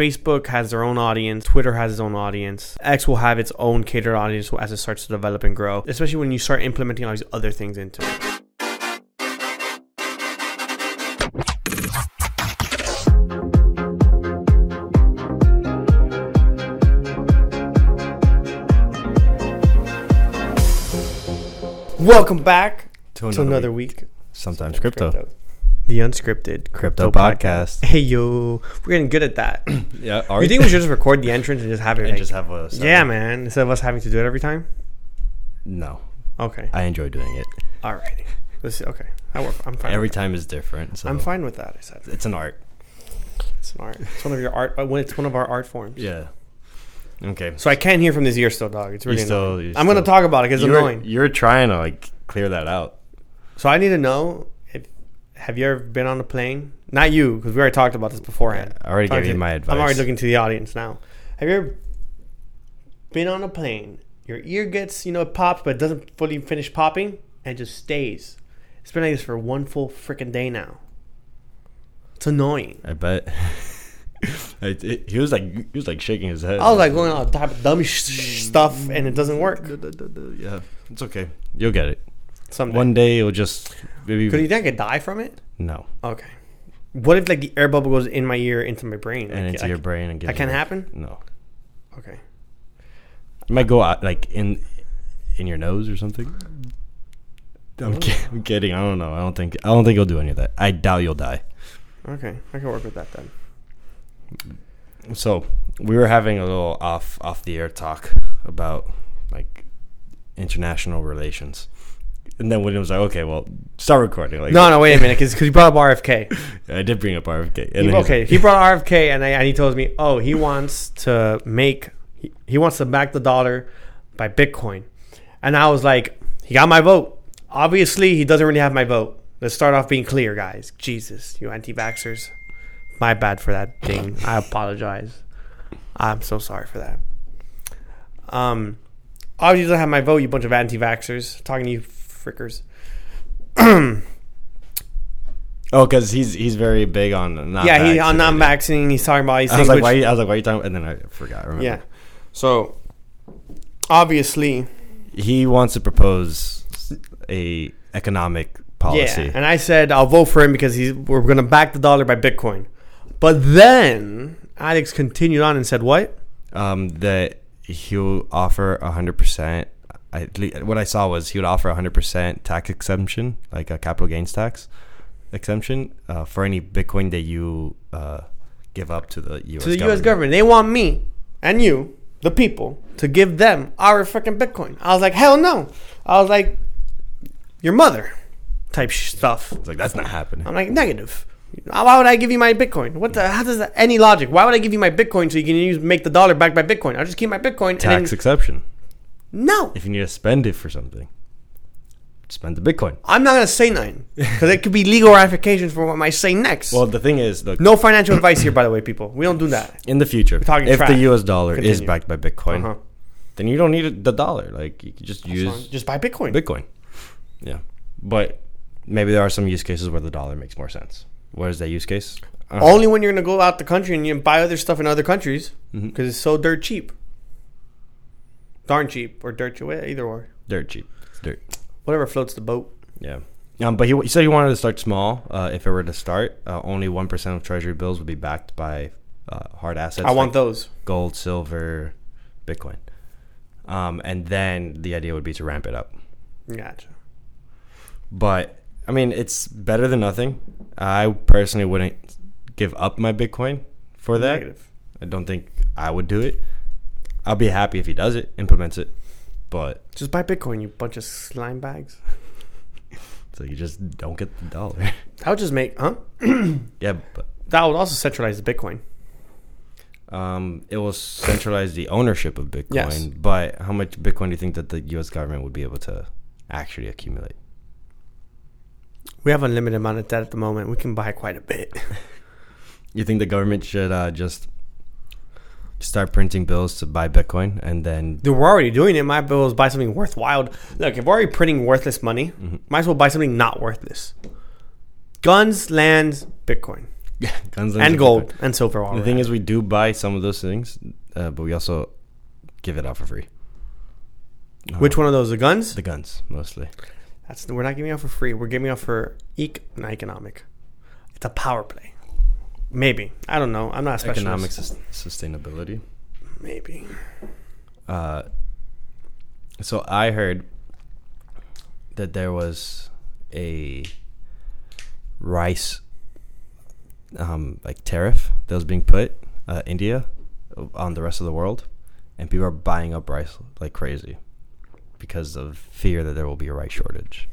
Facebook has their own audience, Twitter has its own audience, X will have its own catered audience as it starts to develop and grow, especially when you start implementing all these other things into it. Welcome back To to another week. Sometimes crypto. Crypto, The unscripted podcast. Hey yo, we're getting good at that. Yeah. Are you think we should just record the entrance and just have it? and like- just have a yeah, man. Instead of us having to do it every time. No. Okay. I enjoy doing it. Alrighty. This is okay. I work. I'm fine. Every with time is different. that. So I'm fine with that. I said It's an art. it's an art. It's one of your art. uh, well, It's one of our art forms. Yeah. Okay. So I can't hear from this ear still, dog. It's really still- annoying. you I'm gonna still- talk about it because it's you're, annoying. You're trying to like clear that out. So I need to know if have you ever been on a plane? Not you, because we already talked about this beforehand. I already Talking gave you to- my I'm already advice. looking to the audience now. Have you ever been on a plane? Your ear gets, you know, it pops, but it doesn't fully finish popping and it just stays. It's been like this for one full freaking day now. It's annoying. I bet. I, it- he was like he was like shaking his head. I was like going on type of dumb sh- sh- stuff and it doesn't work. Uh, yeah, it's okay. You'll get it. Someday. One day it'll just maybe Could you think I could die from it? no, Okay. What if like the air bubble goes in my ear into my brain? and Like, into I- your brain and gives That can't you- happen. No, Okay. it might go out like in in your nose or something. I'm, ki- I'm kidding. I don't know. I don't think I don't think you'll do any of that. I doubt you'll die. Okay, I can work with that then. So we were having a little off off the air talk about like international relations, and then William was like, "Okay, well, start recording." Like, No, no, wait a minute, because you brought up RFK. I did bring up RFK. He- And then he's okay, like- he brought RFK, and, I, and he tells me, oh, he wants to make, he, he wants to back the dollar by Bitcoin, and I was like, he got my vote. Obviously, he doesn't really have my vote. Let's start off being clear, guys. Jesus, you anti-vaxxers. My bad for that thing. I apologize. I'm so sorry for that. Um, obviously, you don't have my vote, you bunch of anti vaxxers. Talking to you frickers. Oh, because he's he's very big on not. yeah, he, vax on and non everything. vaccinating, he's talking about, he's I was saying, like, which- why? you- I was like, why are you talking? And then I forgot. I remember. yeah. So, obviously, he wants to propose a economic policy. yeah. And I said, I'll vote for him because he's, we're going to back the dollar by Bitcoin. But then Alex continued on and said, what? um, that he'll offer hundred percent. I le- what I saw was he would offer hundred percent tax exemption, like a capital gains tax exemption, uh, for any Bitcoin that you uh, give up to the U.S. To the U.S. government. They want me and you, the people, to give them our freaking Bitcoin. I was like, hell no. I was like, your mother type sh- stuff. It's like that's not happening. I'm like, negative. Why would I give you my Bitcoin? What the? How does that any logic? Why would I give you my Bitcoin so you can use make the dollar back by Bitcoin? I'll just keep my Bitcoin. and Tax then, exception. no, If you need to spend it for something, spend the Bitcoin. I'm not gonna say nothing because it could be legal ramifications for what I might say next. Well, the thing is, look, no financial advice here, by the way, people. We don't do that. in the future, talking if trash. the U.S. dollar is Continue. backed by Bitcoin, Uh-huh. then you don't need it- the dollar. Like you could just use Just buy Bitcoin. Bitcoin. Yeah, but maybe there are some use cases where the dollar makes more sense. What is that use case? Uh, Only when you're gonna go out the country and you buy other stuff in other countries because Mm-hmm. it's so dirt cheap, darn cheap or dirt cheap, eh, either or dirt cheap. It's dirt. whatever floats the boat. Yeah. Um, but he, he said he wanted to start small. Uh, if it were to start, uh, only one percent of Treasury bills would be backed by uh, hard assets. I want like those. gold, silver, Bitcoin. Um, and then the idea would be to ramp it up. Gotcha. but I mean, it's better than nothing. I personally wouldn't give up my Bitcoin for that. Negative. I don't think I would do it. I'll be happy if he does it, implements it, but Just buy Bitcoin, you bunch of slime bags. so you just don't get the dollar. That would just make, huh? yeah, but That would also centralize the Bitcoin. um, it will centralize the ownership of Bitcoin. Yes. But how much Bitcoin do you think that the U.S. government would be able to actually accumulate? We have unlimited amount of debt at the moment. We can buy quite a bit. You think the government should uh, just start printing bills to buy Bitcoin and then Dude, we're already doing it. My bill is buy something worthwhile. Look, if we're already printing worthless Mm-hmm. money, might as well buy something not worthless. Guns, lands, Bitcoin. Guns, lenses, and gold and silver. The thing is, we do buy some of those things, uh, but we also give it out for free. which one of those? The guns? The guns mostly. That's we're not giving out for free. We're giving out for ec- not economic. It's a power play. Maybe I don't know. I'm not a specialist. Economic sus- sustainability. Maybe Uh, so I heard that there was a rice um, like tariff that was being put uh, India on the rest of the world, and people are buying up rice like crazy because of fear that there will be a rice shortage.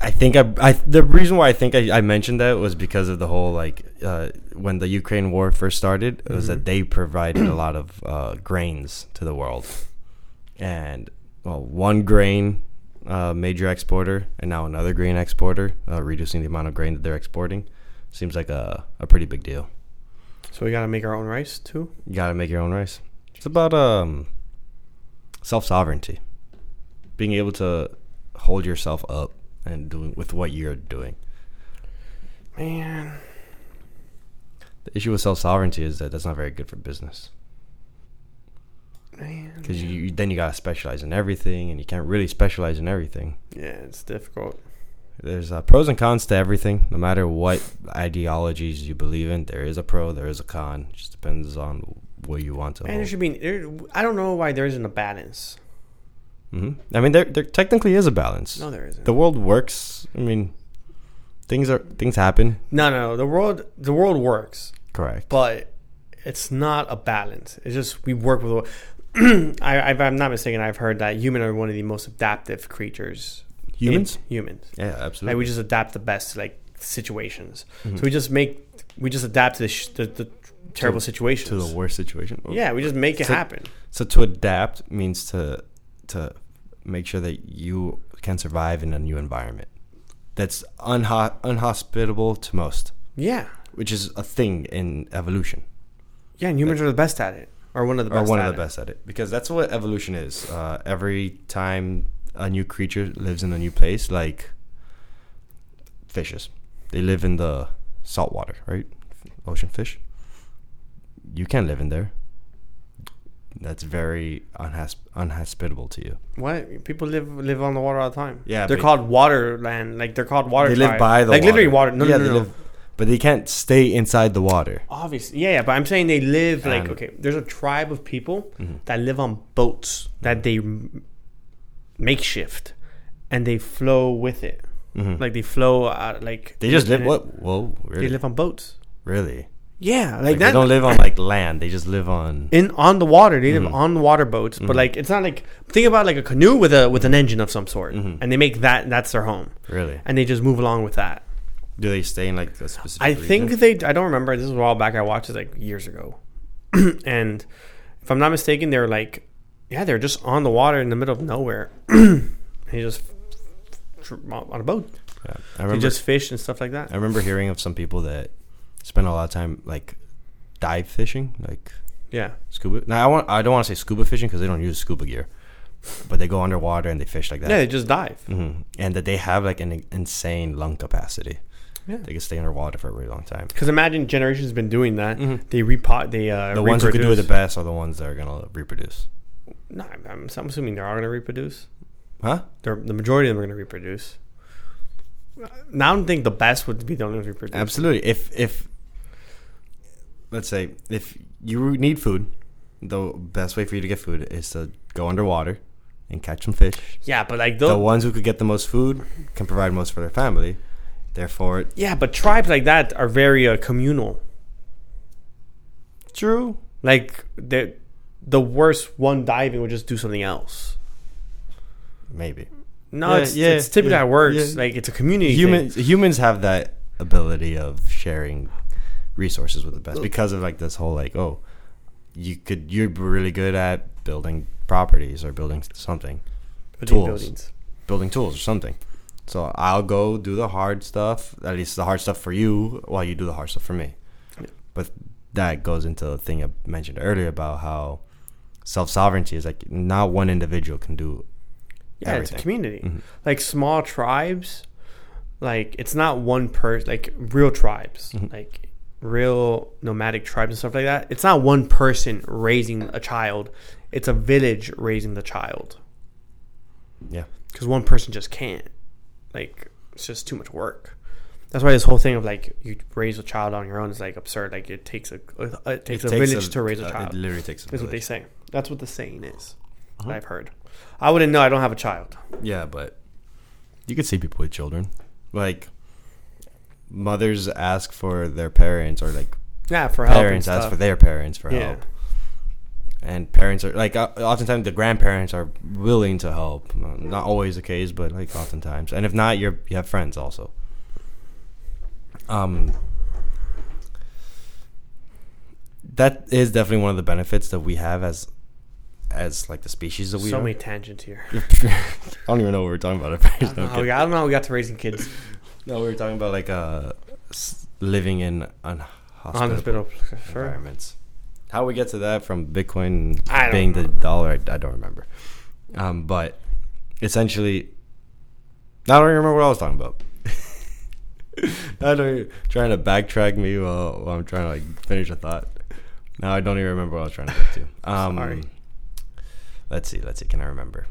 I think I, I the reason why I think I, I mentioned that was because of the whole like uh, when the Ukraine war first started it was that they provided a lot of uh, grains to the world, and well one grain uh, major exporter and now another grain exporter uh, reducing the amount of grain that they're exporting seems like a, a pretty big deal. so. We gotta make our own rice too. You gotta make your own rice. It's about um self sovereignty, being able to hold yourself up and doing with what you're doing. Man, The issue with self sovereignty is that that's not very good for business man. because you, you then you gotta specialize in everything, and you can't really specialize in everything. Yeah, it's difficult. There's uh, pros and cons to everything. No matter what ideologies you believe in, there is a pro, there is a con. It just depends on what you want to. Man, there Hold. should be. There, I don't know why there isn't a balance. hmm I mean, there there technically is a balance. No, there isn't. the world works. I mean, things are things happen. no, no, the world, the world works, Correct. but it's not a balance. It's just we work with. the- I, I've, I'm not mistaken. I've heard that humans are one of the most adaptive creatures. in- Humans? humans. yeah, Like absolutely. we just adapt the best to like situations. Mm-hmm. So we just make we just adapt to the, sh- the, the terrible situations. to the worst situation. yeah, we just make it So- happen. So to adapt means to to make sure that you can survive in a new environment that's unho- unhospitable to most, Yeah, which is a thing in evolution yeah, and humans are the best at it, or one of the or best. one at of the it. best at it because that's what evolution is. Uh, every time a new creature lives in a new place, like fishes, they live in the salt water, right? Ocean fish. You can't live in there. That's very unhas- unhospitable to you. What people live live on the water all the time. Yeah, they're but- called water land. Like they're called water. They live tribe. by the like water. literally water. No, yeah, no, no, they no. live, but they can't stay inside the water. Obviously, yeah, yeah. But I'm saying they live like And- Mm-hmm. okay. There's a tribe of people that live on boats that they m- makeshift, and they flow with it. Like they flow out, like Mm-hmm. They just in live. it. What? Whoa, really? They live on boats. really? Yeah, like, Like that. they don't live Mm-hmm. on like land. They just live on. in on the water, they live on water boats, Mm-hmm. but like it's not like think about like a canoe with a with an engine of some sort, Mm-hmm. and they make that that's their home, Really? and they just move along with that. Do they stay in like a specific? I think region? they. I don't remember. This was a while back. I watched it like years ago, and if I'm not mistaken, they're like, yeah, they're just on the water in the middle of nowhere. and you just tr- on a boat. Yeah. I You remember. just fish and stuff like that. I remember hearing of some people that spend a lot of time like dive fishing, like Yeah, scuba. Now I want. I don't want to say scuba fishing because they don't use scuba gear, but they go underwater and they fish like that. yeah, they just dive. hmm And that they have like an insane lung capacity. Yeah. They can stay underwater for a really long time. Because imagine generations been doing that. Mhm. They repot. They uh, the ones who can do it the reproduce. best are the ones that are gonna reproduce. No, I'm- I'm, I'm assuming they're all gonna reproduce. Huh? They're, the majority of them are gonna reproduce. Now I don't think the best would be the only ones reproduce. Absolutely. If if let's say if you need food, the best way for you to get food is to go underwater and catch some fish. Yeah, but like The those, ones who could get the most food can provide most for their family. Therefore, Yeah, but tribes like that are very uh, communal. true. Like the the worst one diving would just do something else. Maybe No, Yeah, it's, yeah, it's typically yeah, how it works. yeah. Like it's a community. thing. humans humans have that ability of sharing resources with the best because of like this whole like oh you could you're really good at building properties or building something Between tools. buildings. building tools or something. So I'll go do the hard stuff, at least the hard stuff for you, while you do the hard stuff for me. But that goes into the thing I mentioned earlier about how self sovereignty is like not one individual can do Yeah, it's a Everything. Mm-hmm. community. Like small tribes like it's not one person like real tribes Mhm. like real nomadic tribes and stuff like that it's not one person raising a child it's a village raising the child Yeah. because one person just can't like it's just too much work that's why this whole thing of like you raise a child on your own is like absurd like it takes a uh, it takes a village to raise a uh, It child literally takes a is what they village. say that's what the saying is that Uh-huh. i've heard i wouldn't know i don't have a child Yeah, but you could see people with children. Like mothers ask for their parents or like yeah for help parents and ask stuff. for their parents for Yeah. help. And parents are like o- oftentimes the grandparents are willing to help. Not always the case, but like oftentimes. And if not, you're you have friends also. Um that is definitely one of the benefits that we have as as like the species that we so are. many tangents here I don't even know what we're talking about. At first. Oh, Okay. yeah, I don't know. how We got to raising kids No, we were talking about like uh, s- living in on unhospitable hospital. Sure. environments. How we get to that from Bitcoin I don't being the know. dollar, I, I don't remember. Um, but essentially, I don't even remember what I was talking about. I don't even- trying to backtrack me while, while I'm trying to like finish a thought. Now I don't even remember what I was trying to get to. Um, Sorry. Let's see. Let's see. Can I remember?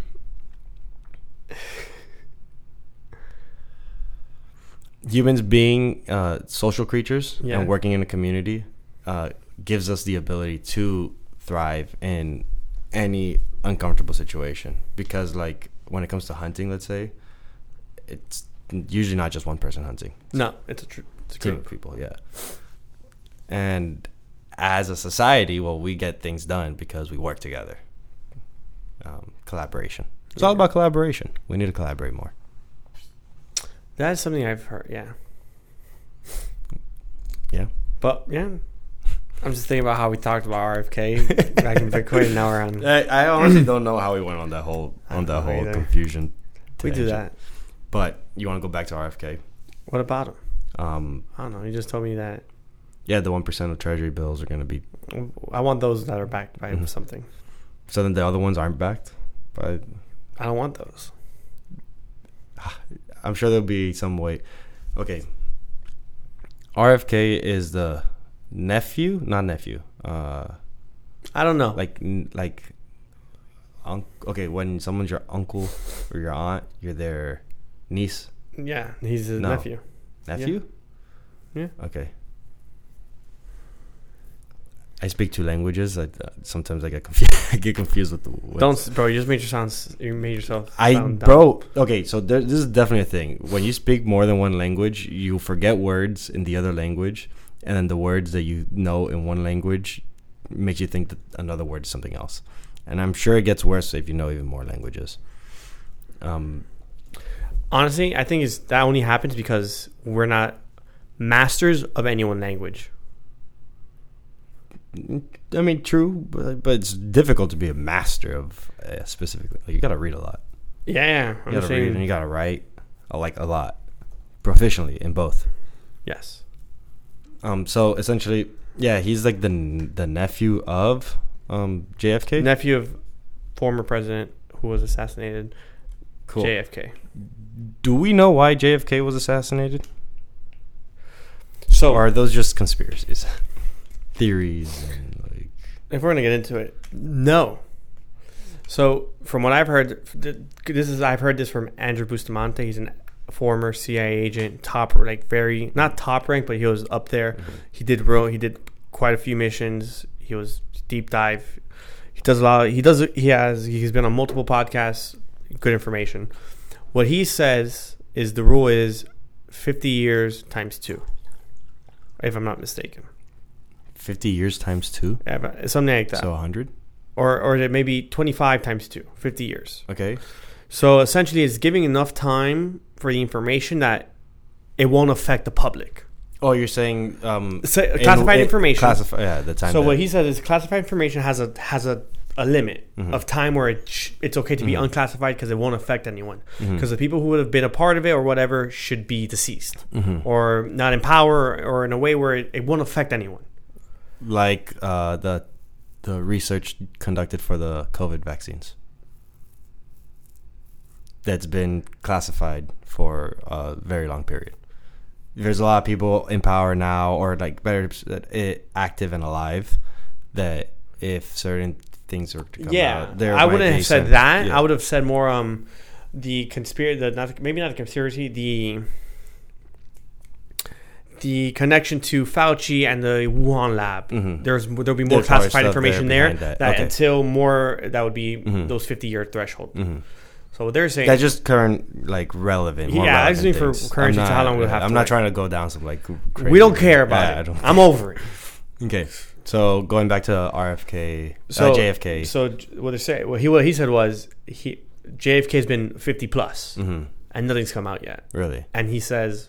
Humans being uh, social creatures Yeah. and working in a community uh, gives us the ability to thrive in any uncomfortable situation. Because, like, when it comes to hunting, let's say, it's usually not just one person hunting No, it's a true. It's a team of group. people, yeah. And as a society, well, we get things done because we work together. Um, collaboration. It's all Yeah. about collaboration. We need to collaborate more. That's something I've heard. Yeah. Yeah. But yeah, I'm just thinking about how we talked about RFK back in Bitcoin. and Now we're on. I, I honestly don't know how we went on that whole I don't on that know whole either. confusion. We do tangent. that. But you want to go back to RFK? What about him? Um, I don't know. You just told me that yeah, the one percent of Treasury bills are going to be. I want those that are backed by Mhm. something. So then the other ones aren't backed. But I don't want those. I'm sure there'll be some way. Okay. RFK is the nephew, not nephew. Uh, I don't know. like n- like unc okay when someone's your uncle or your aunt you're their niece yeah, he's his No. nephew. nephew Yeah. okay i speak two languages i uh, sometimes i get confused i get confused with the with Don't, s- bro. You just made your sounds. You made yourself. I sound dumb. bro okay so there, this is definitely a thing when you speak more than one language you forget words in the other language and then the words that you know in one language makes you think that another word is something else and I'm sure it gets worse if you know even more languages um Honestly, I think it's, that only happens because we're not masters of any one language. I mean true but, but it's difficult to be a master of uh, specifically like, you gotta read a lot Yeah, yeah. I'm you gotta read saying- and you gotta write uh, like a lot proficiently in both yes. Um. So essentially, yeah, he's like the n- the nephew of um JFK. Nephew of former president who was assassinated, cool. JFK. Do we know why JFK was assassinated? So, Or are those just conspiracies, theories, and like? if we're going to get into it, no. So, from what I've heard, th- this is I've heard this from Andrew Bustamante. He's a former CIA agent, top like very not top rank, but he was up there. He did real. He did quite a few missions. He was deep dive. He does a lot. he does. He has. He's been on multiple podcasts. Good information. What he says is the rule is fifty years times two, if I'm not mistaken. Fifty years times two, Ever- Something like that, so hundred. or or it may be twenty five times two, 50 years. Okay. So essentially, it's giving enough time for the information that it won't affect the public. Oh, you're saying um So, in- uh, classified in- information. Classify. Yeah, the time. So that- what he says is classified information has a has a, a limit of time where it sh- it's okay to be Mhm. unclassified because it won't affect anyone Mhm. because the people who would have been a part of it or whatever should be deceased Mhm. or not in power or in a way where it, it won't affect anyone. like uh the the research conducted for the COVID vaccines. that's been classified for a very long period. There's a lot of people in power now, or like better that it eh, active and alive. That if certain things were to come yeah, out, there I might wouldn't be have said some- that. yeah. I would have said more um, the conspiracy, the not maybe not the conspiracy, the the connection to Fauci and the Wuhan lab. Mhm. There's there'll be more There's classified probably stuff there information there. behind that that. Okay. until more, that would be Mhm. those 50 year threshold. Mhm. So what they're saying That's just current, like relevant. more Yeah, I just relevant mean for things. current I'm to how long we'll yeah, have I'm to not wait. trying to go down some like. Crazy we don't care about Yeah, I it. don't- Uh, I'm over it. okay, so going back to RFK, So uh, JFK. So j- what they say, what he what he said was he JFK has been 50 plus Mhm. and nothing's come out yet. Really? and he says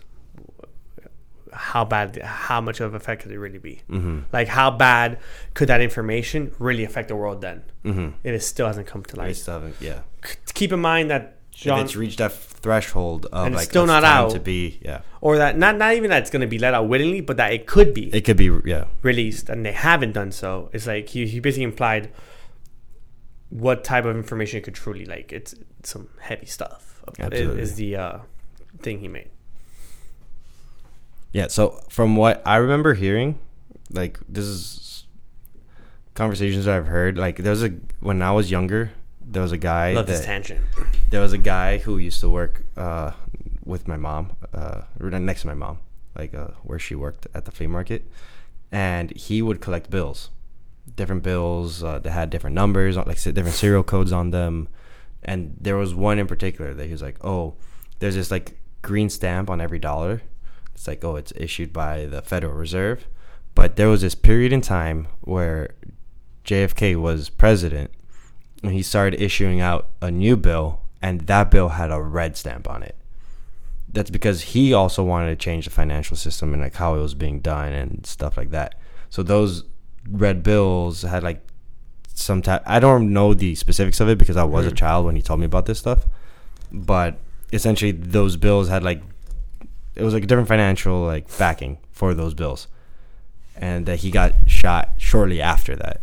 how bad how much of an effect could it really be Mm-hmm. like how bad could that information really affect the world then Mm-hmm. if it still hasn't come to I light just haven't. Yeah. C- keep in mind that If john it's reached that threshold of And it's like still it's not time out. to be. Yeah. or that not not even that it's going to be let out willingly but that it could be It could be. Yeah. released and they haven't done so it's like he, he basically implied what type of information it could truly like it's some heavy stuff It Absolutely. is the uh, thing he made Yeah. So from what I remember hearing, like this is conversations that I've heard. Like there was a when I was younger, there was a guy love this that tangent there was a guy who used to work uh, with my mom, uh, right next to my mom, like uh, where she worked at the flea market, and he would collect bills, different bills uh, that had different numbers, like se- different serial codes on them, and there was one in particular that he was like, "Oh, there's this like green stamp on every dollar. It's like, oh, it's issued by the Federal Reserve." But there was this period in time where JFK was president, and he started issuing out a new bill, and that bill had a red stamp on it. That's because he also wanted to change the financial system and like how it was being done and stuff like that. So those red bills had like some type. I don't know the specifics of it because I was a child when he told me about this stuff, but essentially those bills had like it was like a different financial like backing for those bills, and that he got shot shortly after that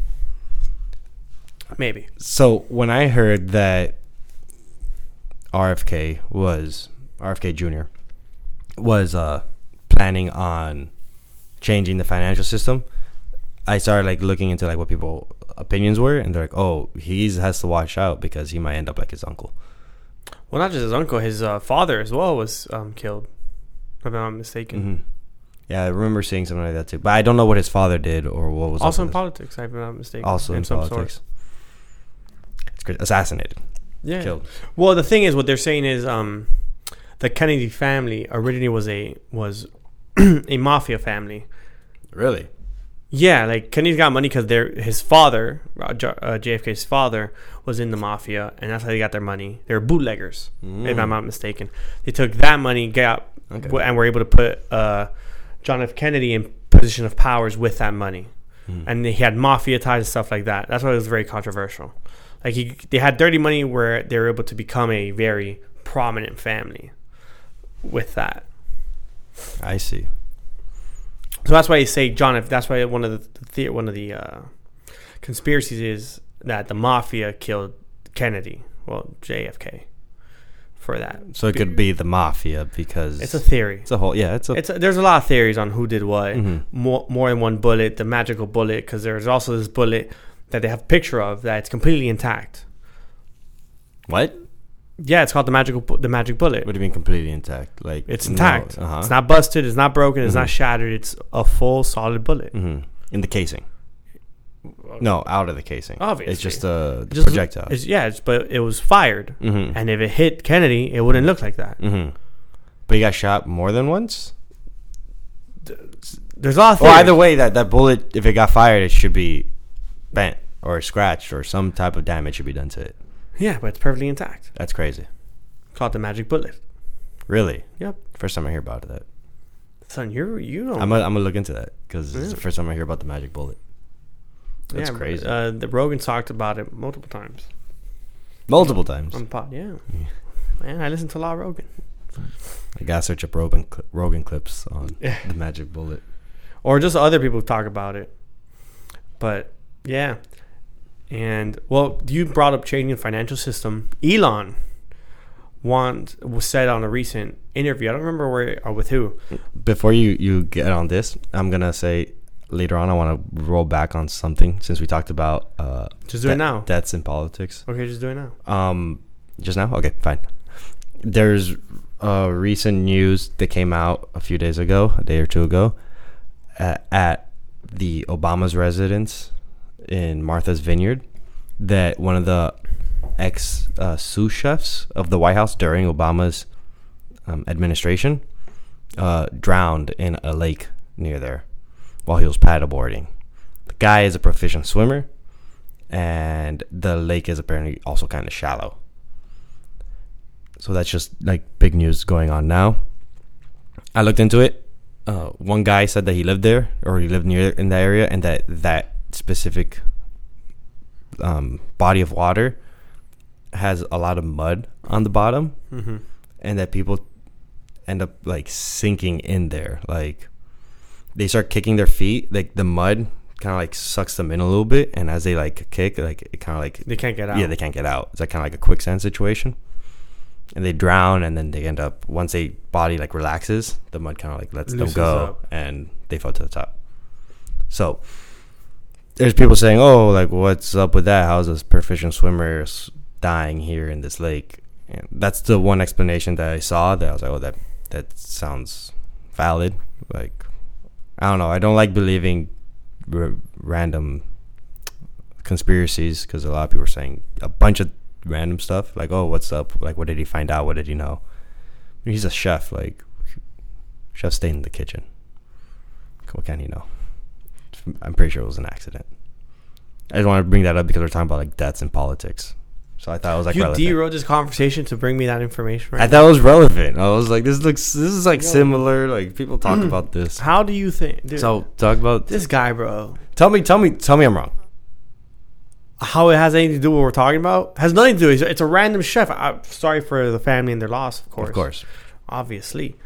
maybe so when I heard that RFK was RFK Jr. was uh, planning on changing the financial system, I started like looking into like what people opinions were, and they're like, "Oh, he's has to watch out because he might end up like his uncle." Well, not just his uncle, his uh, father as well was um, killed, if I'm not mistaken. hmm Yeah, I remember seeing something like that too, but I don't know what his father did or what was up Also in with politics, if I'm not this. mistaken. Mm-hmm. also in some sort. politics. It's crazy. Assassinated, Yeah. killed. Well, the thing is, what they're saying is um, the Kennedy family originally was a was a mafia family. Really? Yeah, like Kennedy's got money because their his father, uh, J- uh, JFK's father, was in the mafia, and that's how they got their money. They were bootleggers, if Mm. I'm not mistaken. They took that money, got Okay. w- and were able to put uh, John F. Kennedy in position of powers with that money, Mm. and he had mafia ties and stuff like that. That's why it was very controversial. Like he, they had dirty money where they were able to become a very prominent family with that. I see. So that's why you say John. If that's why one of the, the one of the uh, conspiracies is that the mafia killed Kennedy, well JFK, for that. So it could be the mafia because It's a theory. It's a whole yeah. It's a It's a, there's a lot of theories on who did what. Mhm. More more than one bullet, the magical bullet, because there's also this bullet that they have a picture of that's completely intact. what? Yeah, it's called the magical bu- the magic bullet. What do you mean completely intact? Like It's intact. uh It's huh. not busted. It's not broken. It's Mm-hmm. not shattered. It's a full solid bullet. hmm In the casing. No, out of the casing. Obviously. it's just a Just- projectile. It's, yeah, it's, but it was fired. mm-hmm. And if it hit Kennedy, it wouldn't look like that. mm-hmm. But he got shot more than once. There's a lot of Well, theories. Oh, either way, that that bullet, if it got fired, it should be bent or scratched or some type of damage should be done to it. Yeah, but it's perfectly intact. That's crazy. Called the magic bullet. Really, Yep. first time I hear about that. Son, you're you don't I'm gonna I'm gonna look into that because it's the first time I hear about the magic bullet. That's yeah, crazy. Uh, the Rogan talked about it multiple times Multiple times. on the pod. Yeah. Man, I listen to a lot of Rogan. I gotta search up Rogan, cl- Rogan clips on the magic bullet. Or just other people who talk about it. But yeah. And well, you brought up changing the financial system. Elon want was said on a recent interview. I don't remember where or with who. Before you you get on this, I'm gonna say later on I want to roll back on something since we talked about uh, Just do it that- now. That's in politics. Okay, just do it now. Um, just now. Okay, fine. There's uh, recent news that came out a few days ago, a day or two ago, at, at the Obama's residence in Martha's Vineyard, that one of the ex uh, sous chefs of the White House during Obama's um, administration uh, drowned in a lake near there while he was paddleboarding. The guy is a proficient swimmer, and the lake is apparently also kind of shallow. So that's just like big news going on now. I looked into it. Uh, one guy said that he lived there or he lived near in that area, and that that specific um, body of water has a lot of mud on the bottom Mm-hmm. and that people end up like sinking in there. Like they start kicking their feet, like the mud kind of like sucks them in a little bit, and as they like kick, like it kind of like They can't get out. yeah, they can't get out. It's like kind of like a quicksand situation, and they drown, and then they end up once they body like relaxes, the mud kind of like lets Loosens them go, up. and they fall to the top. So there's people saying, "Oh, like what's up with that? How's this proficient swimmer s- dying here in this lake?" And that's the one explanation that I saw. That I was like, "Oh, that that sounds valid." Like I don't know. I don't like believing r- random conspiracies because a lot of people are saying a bunch of random stuff. Like, "Oh, what's up? Like, what did he find out? What did he know?" He's a chef. Like, chefs stay in the kitchen. What can he know? I'm pretty sure it was an accident. I just want to bring that up because we're talking about like deaths and politics. So I thought it was like you relevant. derailed this conversation to bring me that information. Right I now. thought it was relevant. I was like, this looks, this is like Yo. Mm. similar. Like people talk about this. How do you think? Dude, So talk about this guy, bro, Tell me, tell me, tell me I'm wrong. how it has anything to do with what we're talking about has nothing to do. It's, it's a random chef. I'm sorry for the family and their loss, of course. Of course. obviously.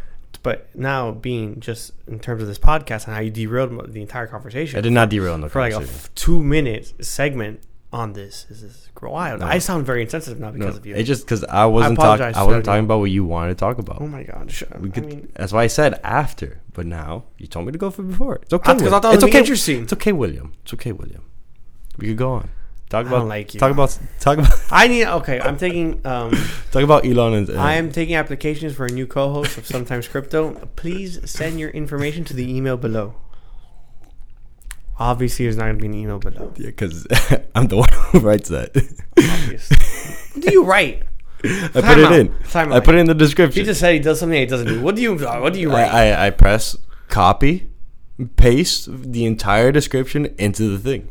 But now being just in terms of this podcast and how you derailed the entire conversation I did not derail in the for like a conversation. f- two minute segment on this is is wild. No. I sound very insensitive now No, because of you. It just because I wasn't apologize talking. to I wasn't everyone. talking about what you wanted to talk about. oh my god! Sh- We could, I mean, that's why I said after, but now you told me to go for before. It's okay. That's Ah, 'cause I William. thought it it's would be okay. interesting. It's okay, William. It's okay, William. We could go on. Talk I about don't like you. Talk about talk about I need okay. I'm taking um, talk about Elon and. and I am taking applications for a new co-host of Sometimes Crypto. Please send your information to the email below. Obviously, there's not going to be an email below. yeah, because I'm the one who writes that. Obviously, what do you write? I put it out. in. Time I out. put it in the He description. just said he does something that he doesn't do. What do you What do you write? I, I I press copy, paste the entire description into the thing.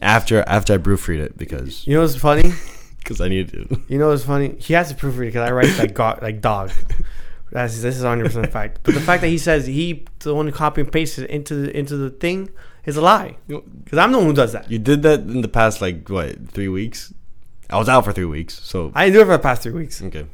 After after I proofread it because You know what's funny? because I need to. You know what's funny? He has to proofread because I write like go- like dog. That's, this is 100 percent fact. But the fact that he says he the one who copy and pastes it into the, into the thing is a lie. Because I'm the one who does that. You did that in the past, like what, three weeks? I was out for three weeks, so I didn't do it for the past three weeks. okay.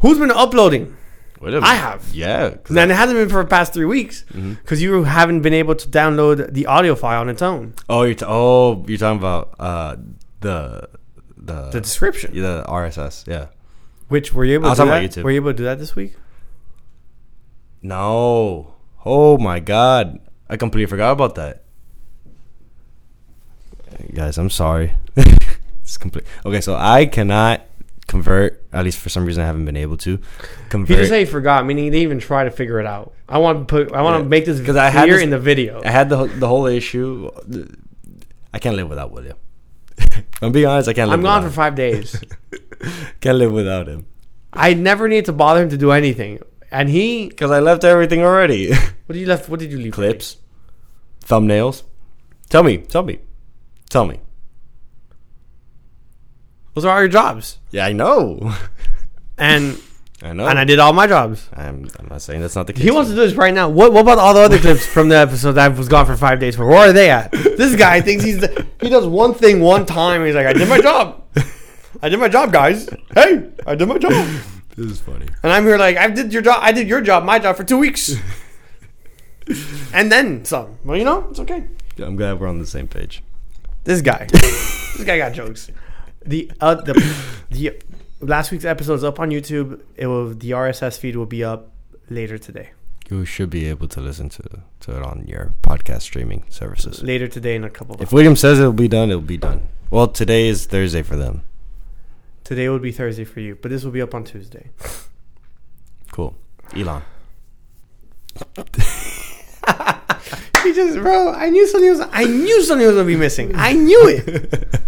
Who's been uploading? Whatever. I have. Yeah. 'cause And it hasn't been for the past three weeks Mm-hmm. because you haven't been able to download the audio file on its own. I- oh, you're t- oh, you're talking about uh the the The description, Uh, yeah, the RSS. Yeah. which were you able I to was do talking about that? YouTube. Were you able to do that this week? No. Oh my god. I completely forgot about that. Guys, I'm sorry. it's complete. Okay, so I cannot convert. At least for some reason, I haven't been able to He convert. just said he forgot. Meaning he didn't even try to figure it out. I want to put. I want to Yeah. make this 'Cause clear I had this- in the video. I had the whole- the whole issue. I can't live without William. I'm being honest. I can't live. I'm without gone for five days. him. Can't live without him I never needed to bother him to do anything. And he, because I left everything already. what did you left? What did you leave? for me? Clips, thumbnails. Tell me. Tell me. Tell me. Those are all your jobs. Yeah, I know. And I know. and I did all my jobs. I'm, I'm not saying that's not the case. He wants to do this right now. What what about all the other clips from the episode that I was gone for five days for? Where are they at? This guy thinks he's the, he does one thing one time. He's like, I did my job. I did my job, guys. Hey, I did my job. This is funny. And I'm here like, I did your job. I did your job, my job for two weeks. And then some. Well, you know, it's okay. Yeah, I'm glad we're on the same page. This guy. this guy got jokes. The uh, the the last week's episode is up on YouTube. It will the RSS feed will be up later today. You should be able to listen to, to it on your podcast streaming services. Later today in a couple of If William says it'll be done, it'll be done. Well, today is Thursday for them. Today would be Thursday for you, but this will be up on Tuesday. Cool. Elon. He just bro, I knew something was I knew something was gonna be missing. I knew it.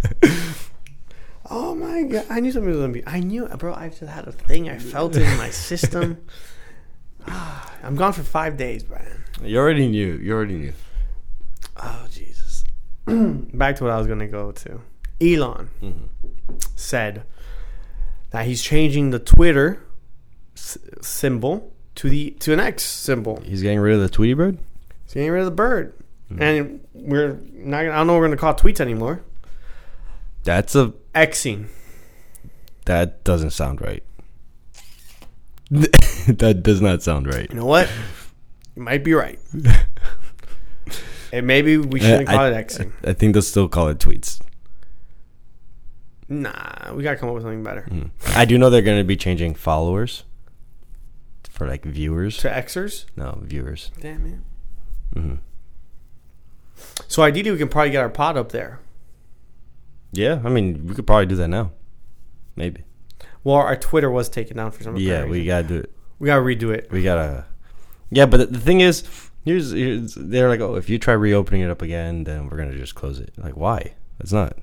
oh my god, I knew something was gonna be. I knew, bro. I just had a thing. I felt it in my system. Ah, I'm gone for five days, Brian. You already knew. You already knew. Oh Jesus. Back to what I was gonna go to. Elon Mm-hmm. said that he's changing the Twitter s- symbol to the to an X symbol. He's getting rid of the Tweety Bird? So getting rid of the bird. Mm-hmm. And we're not gonna, I don't know what we're gonna call tweets anymore. That's a. Xing. That doesn't sound right. that does not sound right. You know what? You might be right. and maybe we shouldn't Uh, call I- it Xing. I think they'll still call it tweets. Nah, we gotta come up with something Mm. better. I do know they're going to be changing followers for like viewers. To Xers? No, viewers. Damn man. hmm So ideally, we can probably get our pod up there. Yeah, I mean, we could probably do that now. Maybe. Well, our Twitter was taken down for some. yeah, apparent we reason. got to do it. we gotta redo it. We got to. Yeah, but the- the thing is, here's, here's they're like, oh, if you try reopening it up again, then we're going to just close it. Like, why? It's not.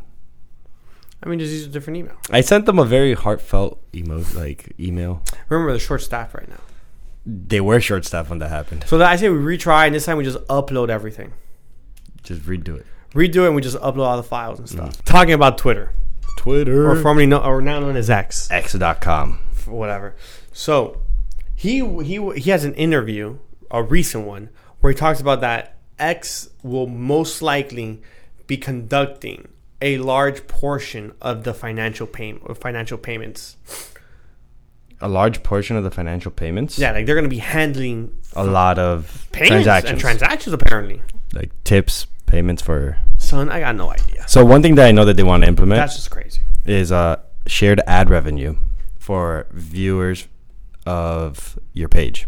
I mean, just use a different email. I sent them a very heartfelt emo like email. Remember, the short staff right now. They were short staffed when that happened. So that I say we retry, and this time we just upload everything, Just redo it. redo it, and we just upload all the files and Mm-hmm. stuff. Talking about Twitter, Twitter or formerly known, or now known as X. X.com. whatever. So he he he has an interview, a recent one, where he talks about that X will most likely be conducting a large portion of the financial payment financial payments. A large portion of the financial payments. Yeah, like they're going to be handling uh, A lot of payments and transactions. transactions apparently. like tips, payments for. Son, I got no idea. So one thing that I know that they want to implement That's just crazy. is uh, shared ad revenue for viewers of your page.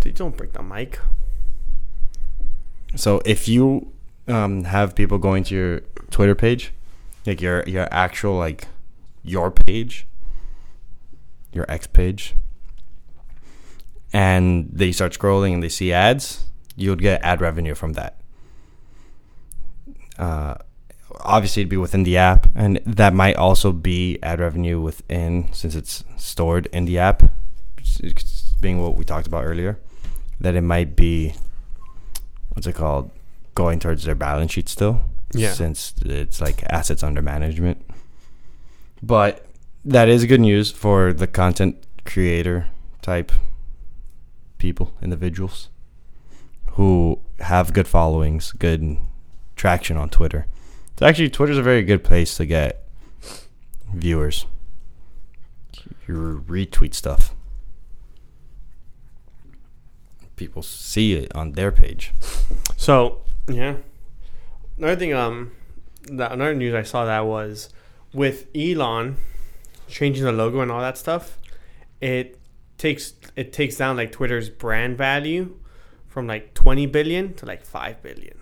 Dude, don't break the mic. So if you um, have people going to your Twitter page, like your your actual like your page, your X page, and they start scrolling and they see ads, you'll get ad revenue from that. Uh, obviously, it'd be within the app, and that might also be ad revenue within since it's stored in the app, it's being what we talked about earlier. That it might be what's it called going towards their balance sheet still Yeah. since it's like assets under management but that is good news for the content creator type people individuals who have good followings good traction on twitter so actually twitter's a very good place to get viewers you retweet stuff people see it on their page So yeah, another thing, um, that another news I saw that was with Elon changing the logo and all that stuff. It takes it takes down like Twitter's brand value from like twenty billion to like five billion,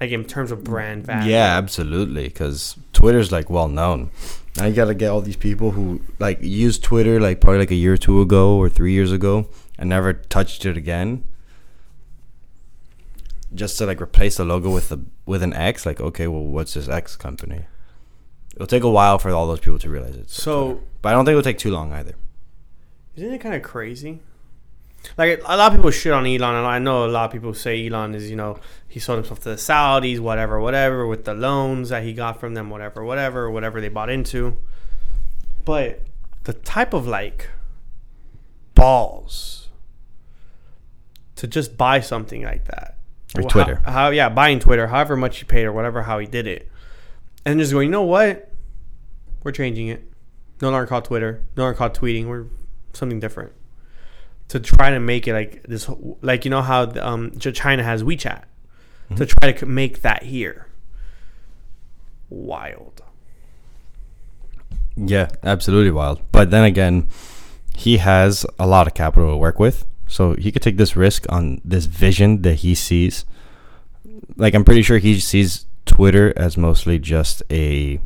like in terms of brand value. Yeah, absolutely. Because Twitter's like well known. Now you gotta get all these people who like used Twitter like probably like a year or two ago or three years ago and never touched it again. Just to like replace the logo with a with an X, like okay, well, what's this X company? It'll take a while for all those people to realize it. So but I don't think it'll take too long either. isn't it kind of crazy? Like a lot of people shit on Elon, and I know a lot of people say Elon is you know he sold himself to the Saudis, whatever, whatever, with the loans that he got from them, whatever, whatever, whatever they bought into. But the type of like balls to just buy something like that, Or How- Twitter. how, yeah, buying Twitter, however much he paid or whatever, how he did it, and just going, you know what, we're changing it. No longer called Twitter. No longer called tweeting. We're something different to try to make it like this whole- like you know how um Ch- China has WeChat to try to c- make that here wild Yeah, absolutely wild. But then again, he has a lot of capital to work with, so he could take this risk on this vision that he sees. Like I'm pretty sure he sees Twitter as mostly just a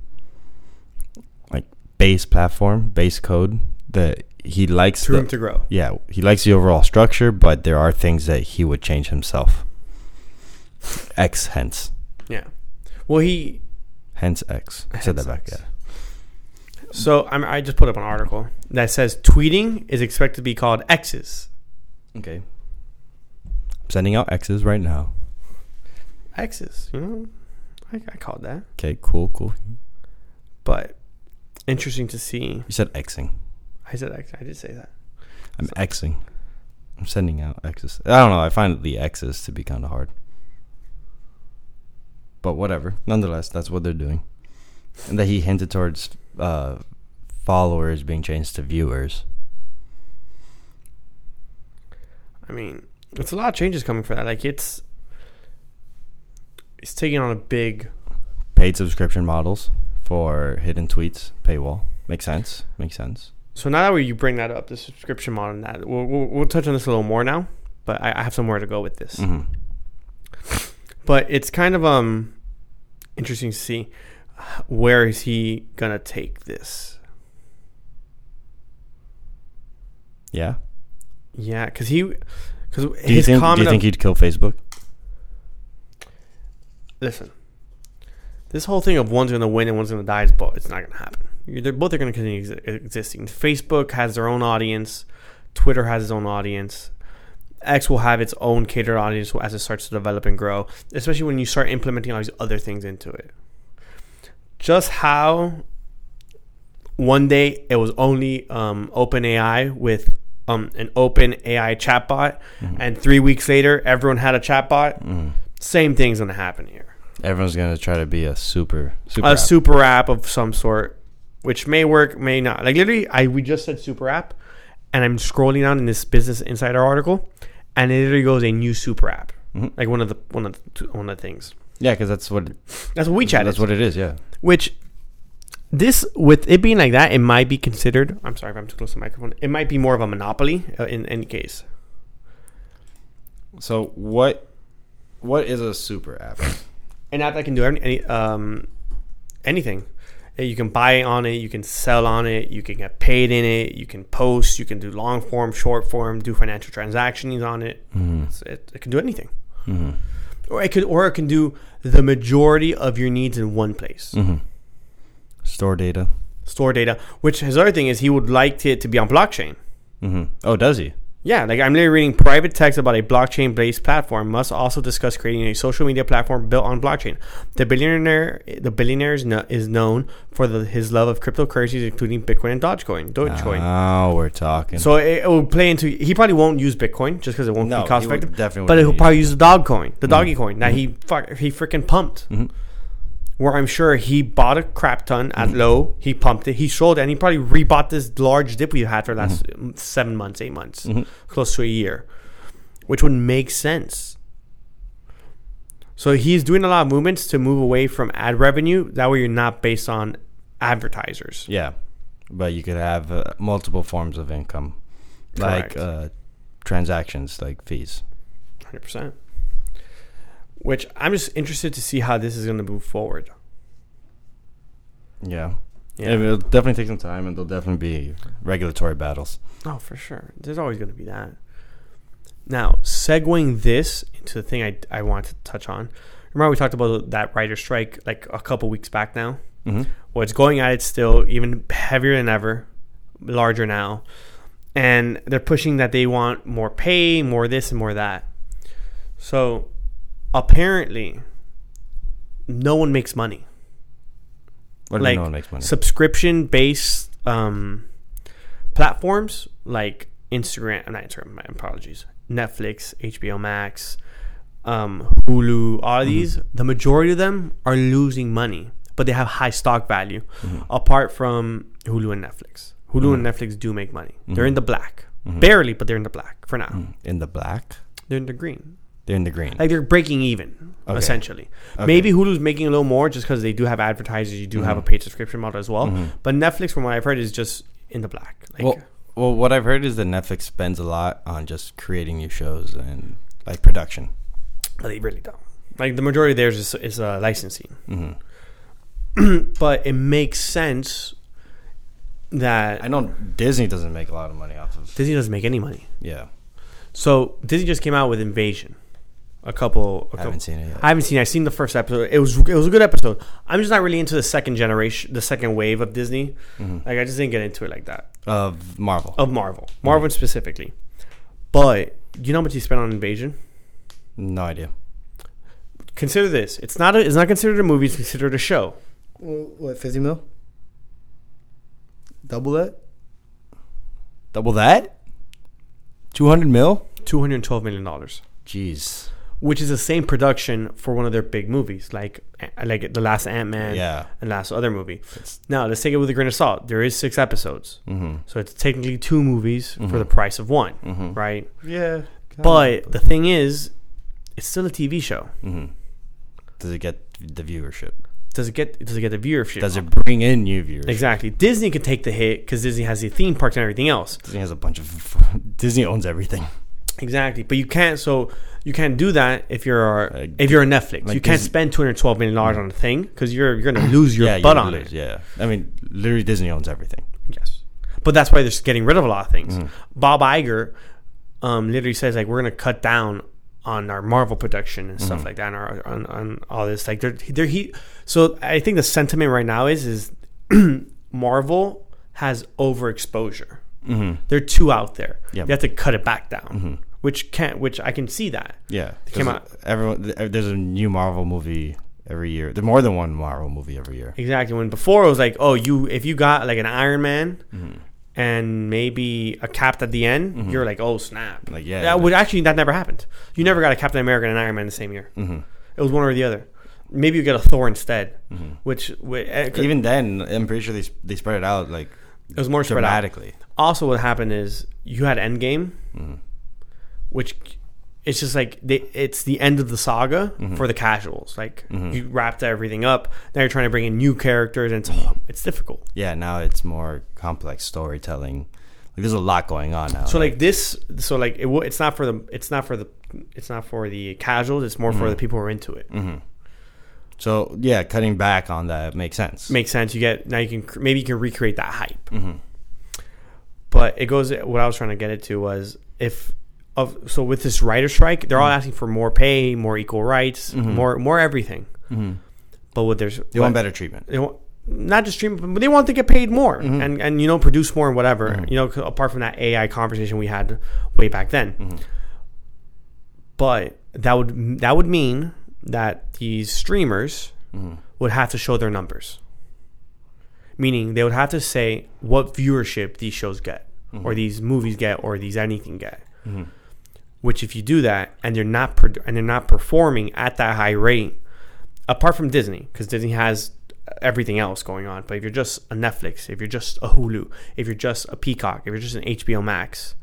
like base platform, base code that he likes. It's room the- to grow. yeah, he likes the overall structure, but there are things that he would change himself. X hence, Yeah. Well, he. hence X. I said that Hence back. X. Yeah. So I'm, I just put up an article that says tweeting is expected to be called X's. Okay. I'm sending out X's right now. X's, you know? I, I called that. Okay, cool, cool. But interesting to see. You said Xing. I said X. I did say that. I'm Xing. I'm sending out X's. I don't know. I find the X's to be kind of hard. But whatever. Nonetheless, that's what they're doing. And that he hinted towards uh, followers being changed to viewers. I mean, it's a lot of changes coming for that. Like it's it's taking on a big Paid subscription models for hidden tweets, paywall. Makes sense. Makes sense. So now that you bring that up, the subscription model, and that we'll, we'll, we'll touch on this a little more now, but I, I have somewhere to go with this. hmm But it's kind of um interesting to see where is he gonna take this. Yeah. Yeah, because he because Do you, his think, do comment. you think of- he'd kill Facebook? listen, this whole thing of one's gonna win and one's gonna die is both. It's not gonna happen. You're, they're both are gonna continue exi- existing. Facebook has their own audience. Twitter has its own audience. X will have its own catered audience as it starts to develop and grow, especially when you start implementing all these other things into it. Just how one day it was only um, OpenAI with um, an open AI chatbot, and three weeks later everyone had a chatbot. Same thing's gonna happen here. Everyone's going to try to be a super, super. A app. super app of some sort, which may work, may not. Like literally, I we just said super app, and I'm scrolling down in this Business Insider article, and it literally goes a new super app, Mhm. like one of the one of the, one of the things. Yeah, because that's what That's what WeChat that's is. what it is. Yeah, which this with it being like that, it might be considered. I'm sorry if I'm too close to the microphone. It might be more of a monopoly uh, in any case. So what what is a super app? an app that can do any, any um, anything. Uh, You can buy on it, you can sell on it, you can get paid in it, you can post, you can do long form, short form, do financial transactions on it. Mm-hmm, It's- It, it can do anything, or it could or it can do the majority of your needs in one place. Mm. mm-hmm. Store data. Store data, which his other thing is he would like it to be on blockchain. Mm-hmm. Oh, does he? Yeah, like I'm literally reading private text about a blockchain based platform must also discuss creating a social media platform built on blockchain. The billionaire the billionaire is, kno- is known for the, his love of cryptocurrencies including Bitcoin and Dogecoin, Dogecoin. Now Oh, we're talking. so it, it will play into he probably won't use Bitcoin just because it won't No, be cost he would- effective. definitely but he'll wouldn't Mm-hmm. probably use the dog coin, the doggy coin that he fuck, he freaking pumped. Where I'm sure he bought a crap ton at Mm-hmm. low, he pumped it, he sold it, and he probably rebought this large dip we had for the last Mm-hmm. mm, seven months, eight months, close to a year, which would make sense. So he's doing a lot of movements to move away from ad revenue. That way, you're not based on advertisers. yeah, but you could have uh, multiple forms of income, Correct. like uh, transactions, like fees. hundred percent. Which I'm just interested to see how this is going to move forward. Yeah. Yeah. Yeah. It'll definitely take some time, and there'll definitely be regulatory battles. Oh, for sure. There's always going to be that. Now, segueing this into the thing I I want to touch on. Remember we talked about that writer strike like a couple weeks back now. Mm-hmm. Well, it's going at it still even heavier than ever, larger now, and they're pushing that they want more pay, more this, and more that. So, apparently, no one makes money. What do you Like, know it makes money? subscription based um, platforms like Instagram, not Instagram, my apologies, Netflix, HBO Max, um, Hulu, all of these, the majority of them are losing money, but they have high stock value apart from Hulu and Netflix. Hulu and Netflix do Mm-hmm. make money. They're in the black. Barely, but they're in the black for now. In the black. They're in the green. They're in the green. Like they're breaking even, Okay. essentially. Maybe Hulu's making a little more just because they do have advertisers. You do have a Mm-hmm. paid subscription model as well. But Netflix, from what I've heard, is just in the black. Like, well, well, what I've heard is that Netflix spends a lot on just creating new shows and like production. they really don't. Like the majority of theirs is, is uh, licensing. Mhm. Mm-hmm. but it makes sense that I know Disney doesn't make a lot of money off of. Disney doesn't make any money. Yeah, So Disney just came out with Invasion. A couple, a I couple haven't seen it yet. I haven't seen. it. I've seen the first episode. It was it was a good episode. I'm just not really into the second generation, the second wave of Disney. Like I just didn't get into it like that of Marvel. of Marvel, Marvel specifically. But you know how much you spent on Invasion? No idea. Consider this: it's not a, it's not considered a movie. It's considered a show. What, 50 mil? Double that? Double that. Two hundred mil. Two hundred twelve million dollars, Jeez. which is the same production for one of their big movies, like eh, like the last Ant Man, Yeah. and last other movie. now let's take it with a grain of salt. There is six episodes, Mm-hmm. so it's technically two movies for the price of one, right? Yeah. But the thing is, it's still a TV show. Mm-hmm. Does it get the viewership? Does it get does it get the viewership? Does it bring in new viewers? exactly? Disney could take the hit because Disney has the theme parks and everything else. Disney has a bunch of. Disney owns everything. Exactly, but you can't. So you can't do that if you're Like, if you're a Netflix. like you can't Disney- spend two hundred twelve million dollars on a thing because you're you're gonna lose your you butt on lose, it. Yeah. I mean, literally, Disney owns everything. Yes. But that's why they're just getting rid of a lot of things. Mm. Bob Iger um, literally says like we're gonna cut down on our Marvel production and Mm-hmm. stuff like that, and our, on, on all this like they're they're he. So I think the sentiment right now is is Marvel has overexposure. They're too out there. Mm-hmm. Yeah. Mm-hmm. They have to cut it back down, which can't. Which I can see that. Yeah. came There's a- Everyone. th- uh, There's a new Marvel movie every year. There's more than one Marvel movie every year. Exactly. When before it was like, oh, you if you got like an Iron Man Mm-hmm. and maybe a cap at the end, you're like, oh snap. Like, yeah, That yeah. would actually that never happened. You never got a Captain America and an Iron Man the same year. Mm-hmm. It was one or the other. Maybe you get a Thor instead, Mm-hmm. which wi- eh, it Even then, I'm pretty sure they s- they spread it out like was more spread out. dramatically. Also, what happened is you had Endgame, Mm-hmm. which it's just like they, it's the end of the saga Mm-hmm. for the casuals. Like you wrapped everything up. Now you're trying to bring in new characters, and it's Mm-hmm. it's difficult. Yeah. Now it's more complex storytelling. Like, there's a lot going on now. So like this, so like it, wa- it's not for the, it's not for the, it's not for the casuals. It's more Mm-hmm. for the people who are into it. So yeah, cutting back on that makes Mm-hmm. sense. Makes sense. You get now you can cr- maybe you can recreate that hype. But it goes. What I was trying to get it to was if of so with this writer strike, they're all Mm-hmm. asking for more pay, more equal rights, more more everything. But what there's Mm-hmm. they want better treatment. they want not just stream, but they want to get paid more Mm-hmm. and and you know produce more and whatever you know. 'cause Apart from that AI conversation we had way back then, Mm-hmm. but that would that would mean that these streamers would have to show their numbers, meaning they would have to say what viewership these shows get, or these movies get, or these anything get. Which, if you do that and they're not produ- and they're not performing at that high rate, apart from Disney, because Disney has everything else going on. But if you're just a Netflix, if you're just a Hulu, if you're just a Peacock, if you're just an HBO Max,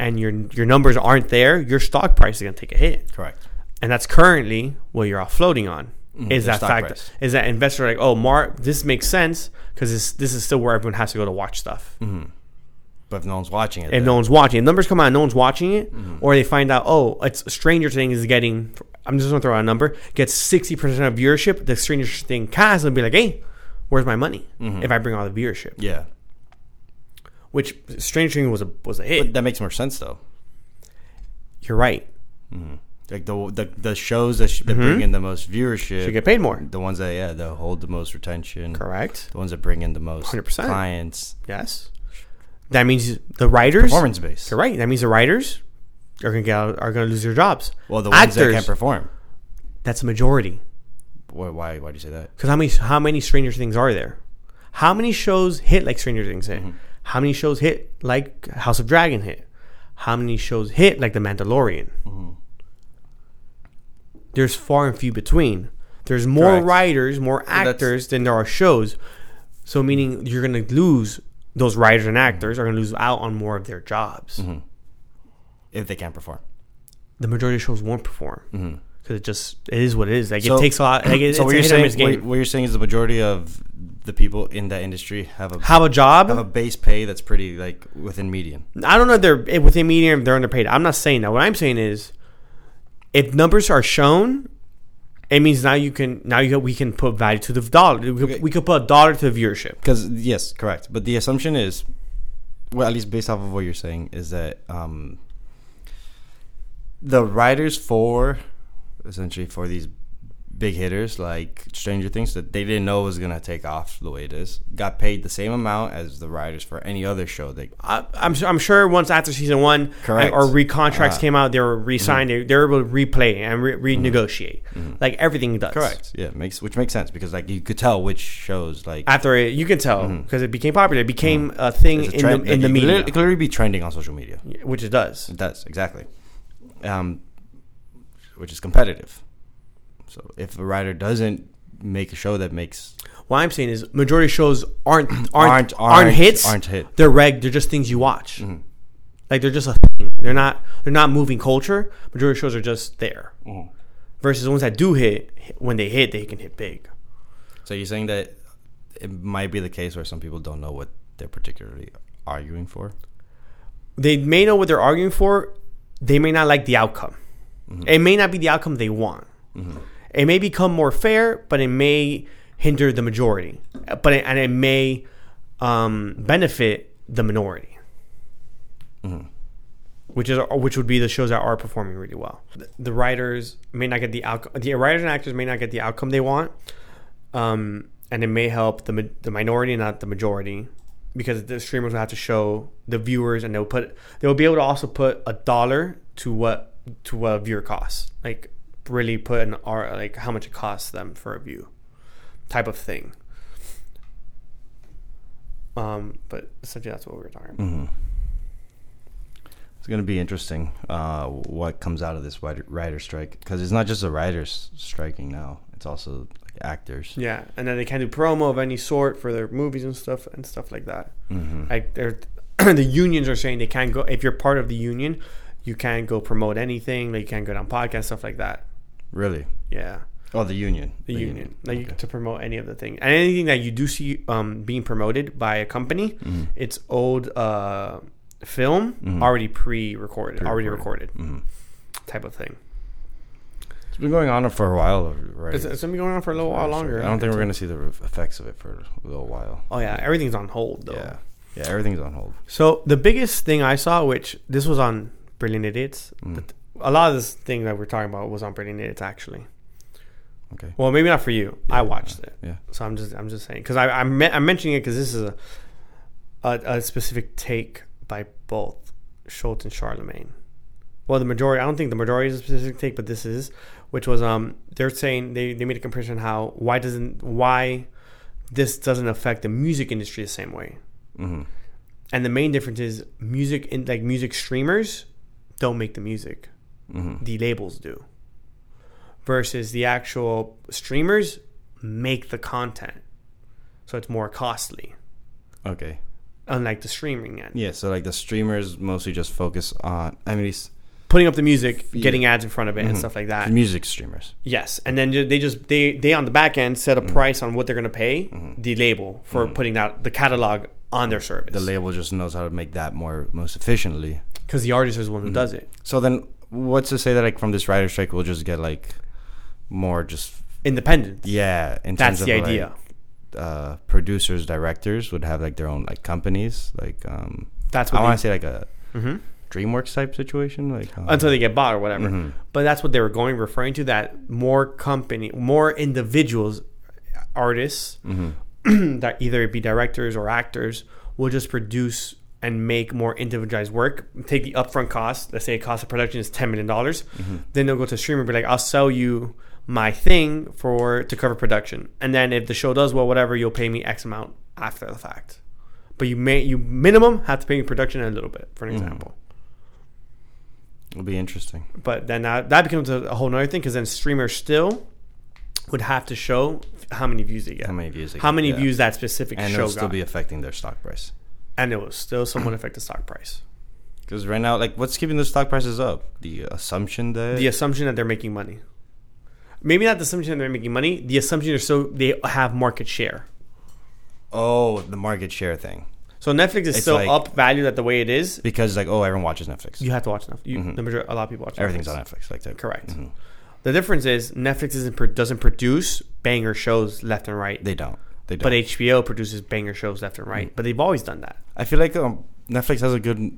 and your your numbers aren't there, your stock price is going to take a hit, Correct. and that's currently what you're all floating on. is the that Mm-hmm. stock fact? price. Is that investor like, oh, Mar, this makes sense because this this is still where everyone has to go to watch stuff. Mm-hmm. But if no one's watching it, If then- no one's watching, if numbers come out, and no one's watching it, Mm-hmm. or they find out, oh, it's Stranger Things is getting. I'm just gonna throw out a number. Gets sixty percent of viewership. The Stranger Things cast will be like, hey, where's my money? Mm-hmm. If I bring all the viewership, yeah, which Stranger Things was a was a hit. that makes more sense though. You're right. Like the the, the shows that, sh- that bring in the most viewership, You Mm-hmm. get paid more. the ones that yeah, that hold the most retention, Correct. the ones that bring in the most 100%. clients, Yes. That means the writers. performance based. You're right. That means the writers are gonna get out, are gonna lose their jobs. Well, the ones that can't perform. that's a majority. Why, why why do you say that? Because how many how many Stranger Things are there? How many shows hit like Stranger Things hit? Mm-hmm. How many shows hit like House of Dragon hit? How many shows hit like The Mandalorian? Mm-hmm. There's far and few between. There's more Correct. writers, more that's- actors than there are shows. So meaning you're gonna lose those writers Mm-hmm. and actors are gonna lose out on more of their jobs. If they can't perform, the majority of shows won't perform Mm-hmm. because it just it is what it is. Like So- it takes a lot. Like it, it's so what a you're hit or saying, miss what, game. what you're saying is the majority of the people in that industry have a Have a job. have a base pay that's pretty like within median. I don't know if they're if within medium, they're underpaid. I'm not saying that. What I'm saying is, if numbers are shown, it means now you can now you we can put value to the dollar. We could, Okay. we could put a dollar to the viewership. Because yes, correct. But the assumption is, well, at least based off of what you're saying, is that um, the writers for essentially for these big hitters like Stranger Things that they didn't know was gonna take off the way it is got paid the same amount as the writers for any other show. They I, I'm su- I'm sure once after season one Correct. Mm-hmm. or recontracts Ah. came out, they were re-signed. They, they were able to replay and re- renegotiate, like everything does. Mm-hmm. correct. Yeah, makes which makes sense because like you could tell which shows like After it, you can tell because it became popular. It became a thing Mm-hmm. it's a in trend- the in it the could media, lit- It could literally be trending on social media. which it does. It does exactly, um, which is competitive. So if a writer doesn't make a show that makes What I'm saying is, majority of shows aren't aren't aren't, Aren't- aren't- hits. aren't hit. Mm-hmm. They're reg. They're just things you watch. Like they're just a. Thing. They're not. They're not moving culture. Majority of shows are just there. Mm-hmm. Versus the ones that do hit, hit- when they hit, they can hit big. so, you're saying that it might be the case where some people don't know what they're particularly arguing for. They may know what they're arguing for. They may not like the outcome. Mm-hmm. It may not be the outcome they want. It may become more fair, but it may hinder the majority. But it, and it may um, benefit the minority. which is which would be the shows that are performing really well. The, the writers may not get the outcome. The writers and actors may not get the outcome they want, um, and it may help the mi- the minority, not the majority, because the streamers will have to show the viewers, and they'll put they'll be able to also put a dollar to what to what a viewer costs, like really put an R like how much it costs them for a view, type of thing. Um, but essentially, that's what we were talking about. It's going to be interesting uh, what comes out of this writer, writer strike because it's not just the writers striking now; it's also like actors. Yeah, and then they can't do promo of any sort for their movies and stuff and stuff like that. Mm-hmm. Like they're the unions are saying they can't go if you're part of the union, you can't go promote anything. Like you can't go on podcasts, stuff like that. Really? Yeah, Oh, the union. the, union. like you, Okay. to promote any of the thing and anything that you do see um, being promoted by a company, it's old uh, film Mm-hmm. already pre-recorded, already recorded, type of thing. It's been going on for a while already. It's, it's gonna be going on for a little while longer. I don't think we're gonna see the effects of it for a little while. Oh yeah, everything's on hold though. Yeah, yeah, everything's on hold. So the biggest thing I saw, which this was on Brilliant Idiots, Mm. but a lot of this thing that we're talking about was on Brilliant Idiots actually. Okay. Well, maybe not for you. I watched it, Yeah. so I'm just I'm just saying because I I'm, me- I'm mentioning it because this is a, a a specific take by both Schultz and Charlemagne. Well, the majority I don't think the majority is a specific take, but this is which was um they're saying they they made a comparison how why doesn't why this doesn't affect the music industry the same way hmm and the main difference is music in like music streamers don't make the music hmm the labels do versus the actual streamers make the content so it's more costly Okay. unlike the streaming end Yeah. So like the streamers mostly just focus on. I mean, these putting up the music Yeah. getting ads in front of it and Mhm. stuff like that music streamers. yes and then ju- they just they they on the back end set Mm-hmm. a price on what they're going to pay the label for putting out the catalog on their service The label just knows how to make that more most efficiently. because the artist is the one Mm-hmm. who does it So then, what's to say that like from this writer strike we'll just get like more just independent yeah in that's terms the of, like, idea uh, producers, directors would have like their own like companies. Like um, that's what I they- want to say like a Mhm. DreamWorks type situation. Like um, until they get bought or whatever. Mhm. But that's what they were going, referring to that more company, more individuals, artists Mhm. that either be directors or actors will just produce and make more individualized work. Take the upfront cost. Let's say the cost of production is ten million dollars. Then they'll go to a streamer and be like, "I'll sell you my thing for to cover production, and then if the show does well, whatever, you'll pay me X amount after the fact." But you may you minimum have to pay me production and a little bit, for an example. It'll be interesting. but then that, that becomes a, a whole nother thing because then streamers still would have to show how many views they get, How many views? they how get, many yeah. views that specific And show it'll got, still be affecting their stock price. and it will still someone affect the stock price. Because right now, like, what's keeping the stock prices up? The assumption that The assumption that they're making money. Maybe not the assumption that they're making money. The assumption is so they have market share. oh, the market share thing. So Netflix is It's still like- up valued at the way it is. Because like, oh, everyone watches Netflix. You have to watch Netflix. You, Mhm. The major, a lot of people watch. Everything's Netflix. on Netflix. Like, that. Correct. Mhm. The difference is Netflix isn't pro- doesn't produce banger shows left and right, They don't. They don't. Mm. but HBO produces banger shows left and right. But they've always done that. I feel like um, Netflix has a good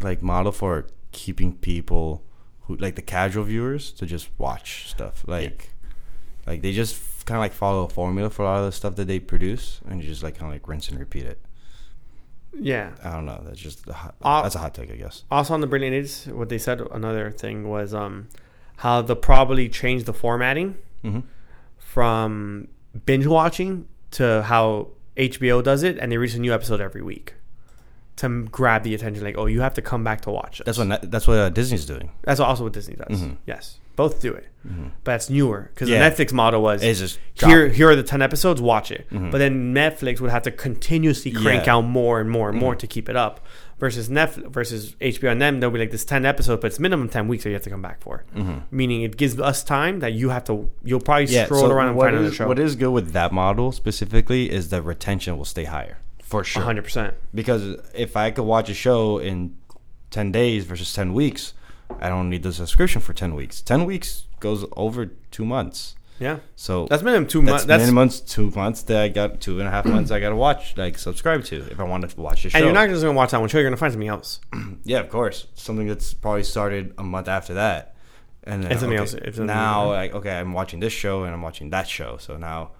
like model for keeping people who like the casual viewers to just watch stuff. Like, like they just kind of like follow a formula for a lot of the stuff that they produce, and you just like kind of like rinse and repeat it. Yeah. I don't know. That's just a hot, Uh, that's a hot take, I guess. Also on the Brilliant Idiots, what they said another thing was um, how they'll probably change the formatting Mm-hmm. from binge watching to how HBO does it, and they release a new episode every week to m- grab the attention. Like, oh, you have to come back to watch. Us. That's what Net- that's what uh, Disney's doing. That's also what Disney does. Mhm. Yes, both do it, but it's newer because Mm-hmm. Yeah. the Netflix model was It's just here. drop- Here are the ten episodes. Watch it. Mhm. But then Netflix would have to continuously crank Yeah. out more and more and more Mhm. to keep it up. Versus Netflix versus HBO and them, they'll be like this ten episode, but it's minimum ten weeks that you have to come back for. Mhm. Meaning it gives us time that you have to. You'll probably stroll so around and what find another is- show. What is good with that model specifically is that retention will stay higher for sure. hundred percent? because if I could watch a show in 10 days versus 10 weeks, I don't need the subscription for 10 weeks. 10 weeks goes over two months. Yeah, So that's minimum two months. that's, That's minimum two months that I got, two and a half months I got to watch, like subscribe to if I want to watch the show. and you're not just gonna watch that one show. You're gonna find something else. yeah, of course. Something that's probably started a month after that. And then, And something okay, else- if something- now, like, okay, I'm watching this show and I'm watching that show. So now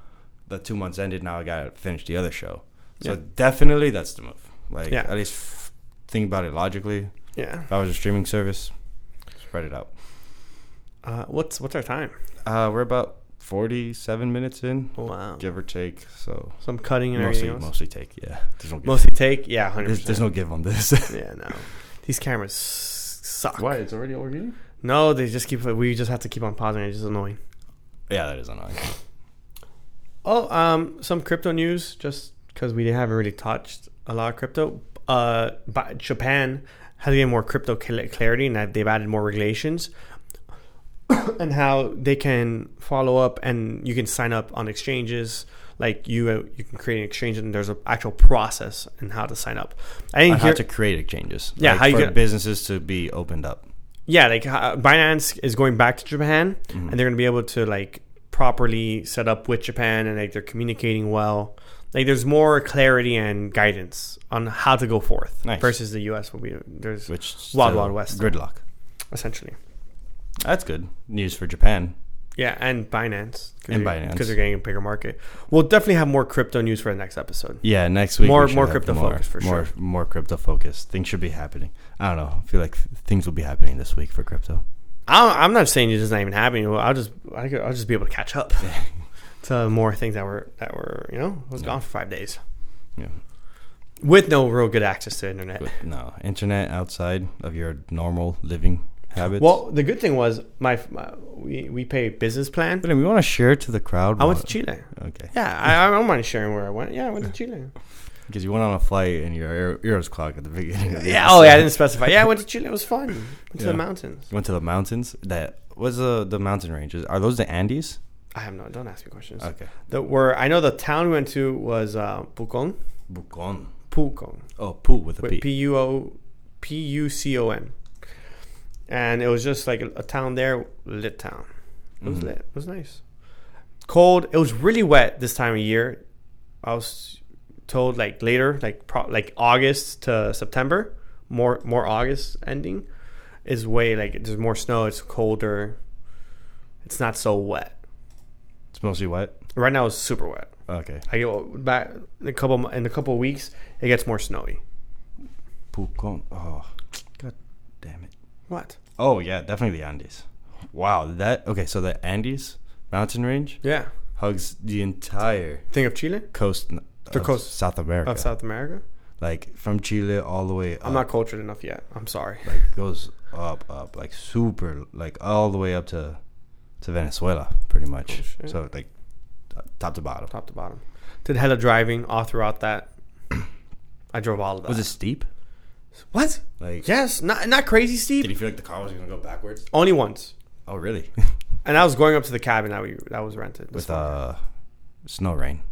the two months ended. Now I got to finish the other show. So Yeah. definitely that's the move. Like, Yeah. at least f- think about it logically. Yeah. If I was a streaming service, spread it out. Uh, what's what's our time? Uh, we're about 47 minutes in, Wow. give or take. So Some cutting and mostly, everything else. mostly take. Yeah. There's no give. Mostly take. Yeah, hundred there's, percent. there's no give on this. Yeah, no. These cameras s- suck. It's already over No, they just keep. We just have to keep on pausing. It's just annoying. Yeah, that is annoying. Oh, um, some crypto news just because we haven't really touched a lot of crypto. Uh, but Japan has even more crypto cl- clarity, and that they've added more regulations, and how they can follow up, and you can sign up on exchanges. Like you, uh, you can create an exchange, and there's an actual process and how to sign up. I And didn't how hear. to create exchanges. Yeah, Like, how you for get- businesses to be opened up. yeah, like uh, Binance is going back to Japan, Mhm. and they're gonna be able to like properly set up with Japan, and like they're communicating well. Like there's more clarity and guidance on how to go forth Nice. versus the U.S. will be there's Which Wild, still- Wild West. gridlock. essentially That's good news for Japan. yeah, and Binance And Binance. because they're getting a bigger market. We'll definitely have more crypto news for the next episode. Yeah, next week More- should more have crypto focus for more, sure. More crypto focus. Things should be happening. I don't know. I feel like th- things will be happening this week for crypto. I, I'm not saying it's just not even happening. Well, I'll just I could, I'll just be able to catch up to more things that were that were you know I was Yeah. gone for five days Yeah. with no real good access to internet. But no, internet outside of your normal living habits. Well, the good thing was my, my we we pay business plan. but we want to share it to the crowd. I went Why- to Chile. Okay, Yeah, I, I don't mind sharing where I went. Yeah, I went to Chile. because you went on a flight and your ear- ears clogged at the beginning. Of the Yeah. Oh, yeah. I episode. didn't specify. Yeah, I went to Chile. It was fun. Went to Yeah. the mountains. You went to the mountains. That what's the the mountain ranges? Are those the Andes? I have no. Don't ask me questions. Okay, The where I know the town we went to was uh, Pucón. Bucon. Pucón. Oh, Poo with a P. With P U O P U C O N. And it was just like a, a town there, lit town. It was Mhm. lit. It was nice. Cold. It was really wet this time of year. I was told like later, like pro- like August to September, more more August ending is way like there's more snow. It's colder. It's not so wet. It's mostly what? Right now it's super wet. Okay, I go back in a couple mo- in a couple weeks. It gets more snowy. Pucon. Oh, god damn it. What? Oh yeah, definitely the Andes. Wow, that okay. So the Andes mountain range Yeah. hugs the entire Think of Chile coast. n- The of coast South America, of South America. like from Chile all the way. Up. I'm not cultured enough yet. I'm sorry. like goes up, up, like super, like all the way up to to Venezuela, pretty much. Oh, shit. so like t- top to bottom. Top to bottom. Did hella driving all throughout that. I drove all of that. Was it steep? What? Like, Yes, not not crazy did steep. he feel like the car was gonna go backwards? Only once. Oh, really? And I was going up to the cabin that we that was rented. with uh, snow rain.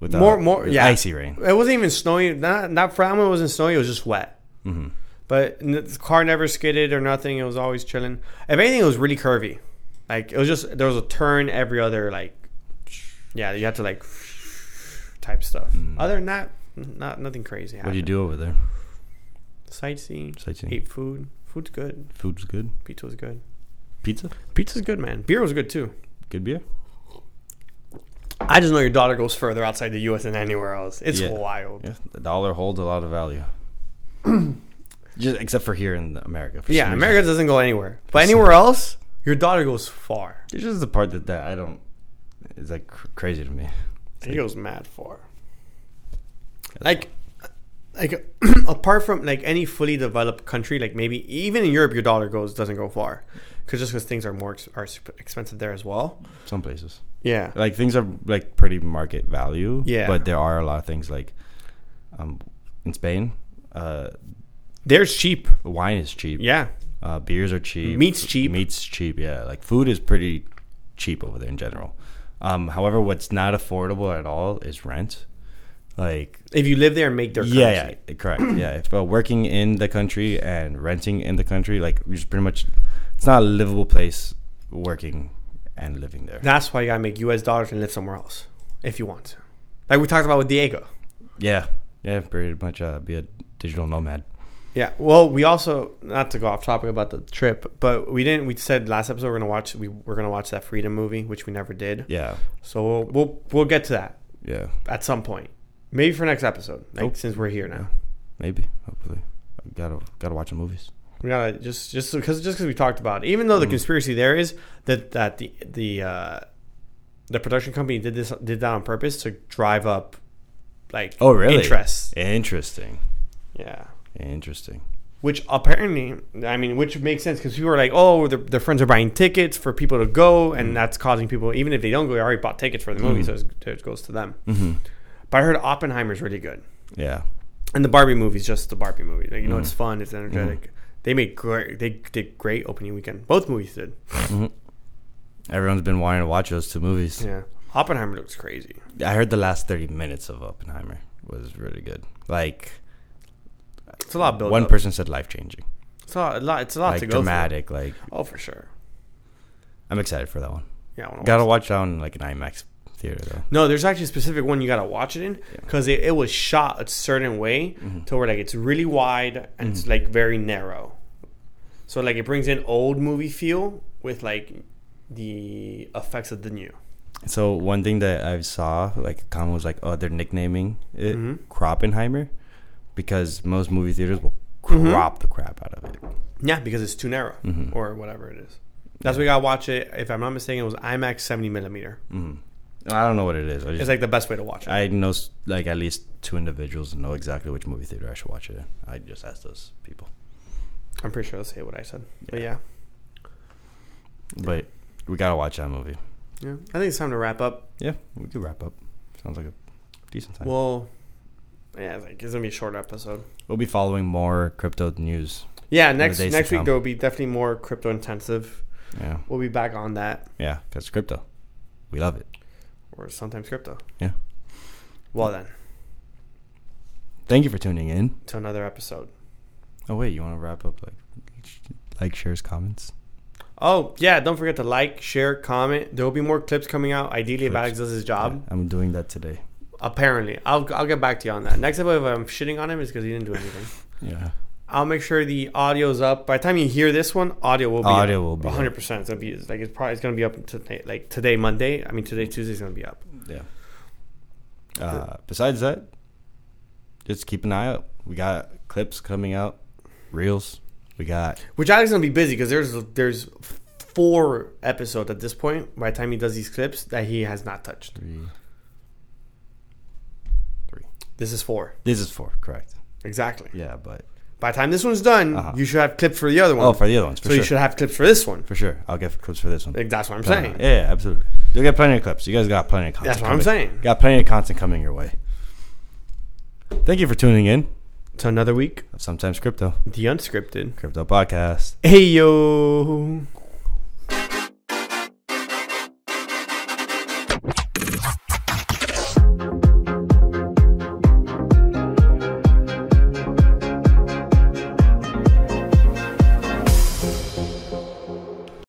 With More- more- with yeah. icy rain. it wasn't even snowy. Not not for that one. It wasn't snowy. It was just wet. Mhm. But n- the car never skidded or nothing. It was always chilling. If anything, it was really curvy. Like it was just there was a turn every other like, yeah, you had to like, type stuff. Other than that, not nothing crazy. What Happened. do Mm. you do over there? Sightseeing. Sightseeing. Ate food. Food's good. Food's good. Pizza was good. Pizza. Pizza's good, man. Beer was good too. Good beer. I just know your daughter goes further outside the U.S. than anywhere else. It's Yeah. wild. Yeah, the dollar holds a lot of value. Just except for here in America. For Yeah, some America doesn't go anywhere. But anywhere else, your daughter goes far. Reason. It's just the part that, that I don't. It's like cr- crazy to me. She goes mad far. Like, like apart from like any fully developed country, like maybe even in Europe, your dollar goes doesn't go far, because just because things are more ex- are sup- expensive there as well. Some places, Yeah, like things are like pretty market value. Yeah. but there are a lot of things like, um, in Spain, uh, they're cheap. wine is cheap. Yeah, Uh, beers are cheap. Meat's cheap. Meat's cheap. Yeah, like food is pretty cheap over there in general. Um, however, what's not affordable at all is rent. Like if you live there and make their yeah, currency. yeah, i- correct. Yeah, if uh, working in the country and renting in the country, like you just pretty much, it's not a livable place working and living there. That's why you gotta make U.S. dollars and live somewhere else if you want to. Like we talked about with Diego. Yeah, yeah, pretty much uh, be a digital nomad. Yeah. Well, we also not to go off topic about the trip, but we didn't. We said last episode we're gonna watch. We were gonna watch that Freedom movie, which we never did. Yeah, So we'll, we'll we'll get to that yeah, at some point. Maybe for next episode. Like Nope. since we're here now, maybe, hopefully, gotta gotta watch the movies. we gotta just just because just because we talked about it. Even though the Mm. conspiracy there is that that the the uh, the production company did this did that on purpose to drive up like Oh, really? interest. Interesting, Yeah. interesting. Which apparently, I mean, which makes sense because people are like, oh, their, their friends are buying tickets for people to go, Mm. and that's causing people, even if they don't go, they already bought tickets for the movie, so it's, it goes to them. hmm But I heard Oppenheimer's really good. Yeah, and the Barbie movie's just the Barbie movie. Like, you know, Mm. it's fun, it's energetic. Mm-hmm. They made great. They did great opening weekend. Both movies did. everyone's been wanting to watch those two movies. Yeah, Oppenheimer looks crazy. I heard the last thirty minutes of Oppenheimer was really good. Like It's a lot of build one up. person said, life changing, It's a lot. A lot it's a lot to like go. through. dramatic. Like Oh, for sure. I'm excited for that one. Yeah, I wanna Gotta watch. watch that on like an IMAX theater though. No, there's actually a specific one you gotta watch it in because it, it was shot a certain way Mm-hmm. to where like it's really wide and it's like very narrow. So like it brings in old movie feel with like the effects of the new. So one thing that I saw, like Khan was like, "Oh, they're nicknaming it Mm-hmm. Kroppenheimer because most movie theaters will Mm-hmm. crop the crap out of it." Yeah, because it's too narrow Mm-hmm. or whatever it is. That's why you gotta watch it. If I'm not mistaken, it was IMAX 70 millimeter. I don't know what it is. I just It's like the best way to watch it. Mm-hmm. I know s- like at least two individuals know exactly which movie theater I should watch it in. I just asked those people. I'm pretty sure that's what I said. But yeah, But we gotta watch that movie. yeah, I think it's time to wrap up. Yeah, we could wrap up. Sounds like a decent time. Well, yeah, it's like it's gonna be a short episode. we'll be following more crypto news. Yeah, next days to next week come. there will be definitely more crypto intensive. Yeah, We'll be back on that, yeah, because crypto, we love it. or sometimes crypto. Yeah. Well then, Thank you for tuning in. to another episode. Oh wait, you want to wrap up like like shares comments? Oh yeah, don't forget to like, share, comment. There will be more clips coming out. Ideally, if Clips. Alex does his job. I'm doing that today. Apparently, I'll I'll get back to you on that. Next episode, if I'm shitting on him, is because he didn't do anything. Yeah. I'll make sure the audio's up. By the time you hear this one, audio will be Audio up. will be up. 100. percent It'll be like it's probably it's gonna be up today. Like today, Monday. I mean today, Tuesday's gonna be up. Yeah. Uh, besides that, just keep an eye out. We got clips coming out, reels. We got Which Alex is gonna be busy because there's there's four episodes at this point. By the time he does these clips, that he has not touched. three. Three. This is four This is four, correct? exactly. Yeah, but By the time this one's done, Uh-huh. you should have clips for the other one. oh, for the other ones, for so sure, you should have clips for this one. for sure. I'll get clips for this one. Like, that's what I'm But, uh, saying. Yeah, yeah, absolutely. You'll get plenty of clips. You guys got plenty of content. That's what I'm coming. saying. Got plenty of content coming your way. Thank you for tuning in. to another week, of sometimes crypto, the unscripted. crypto podcast. Hey yo.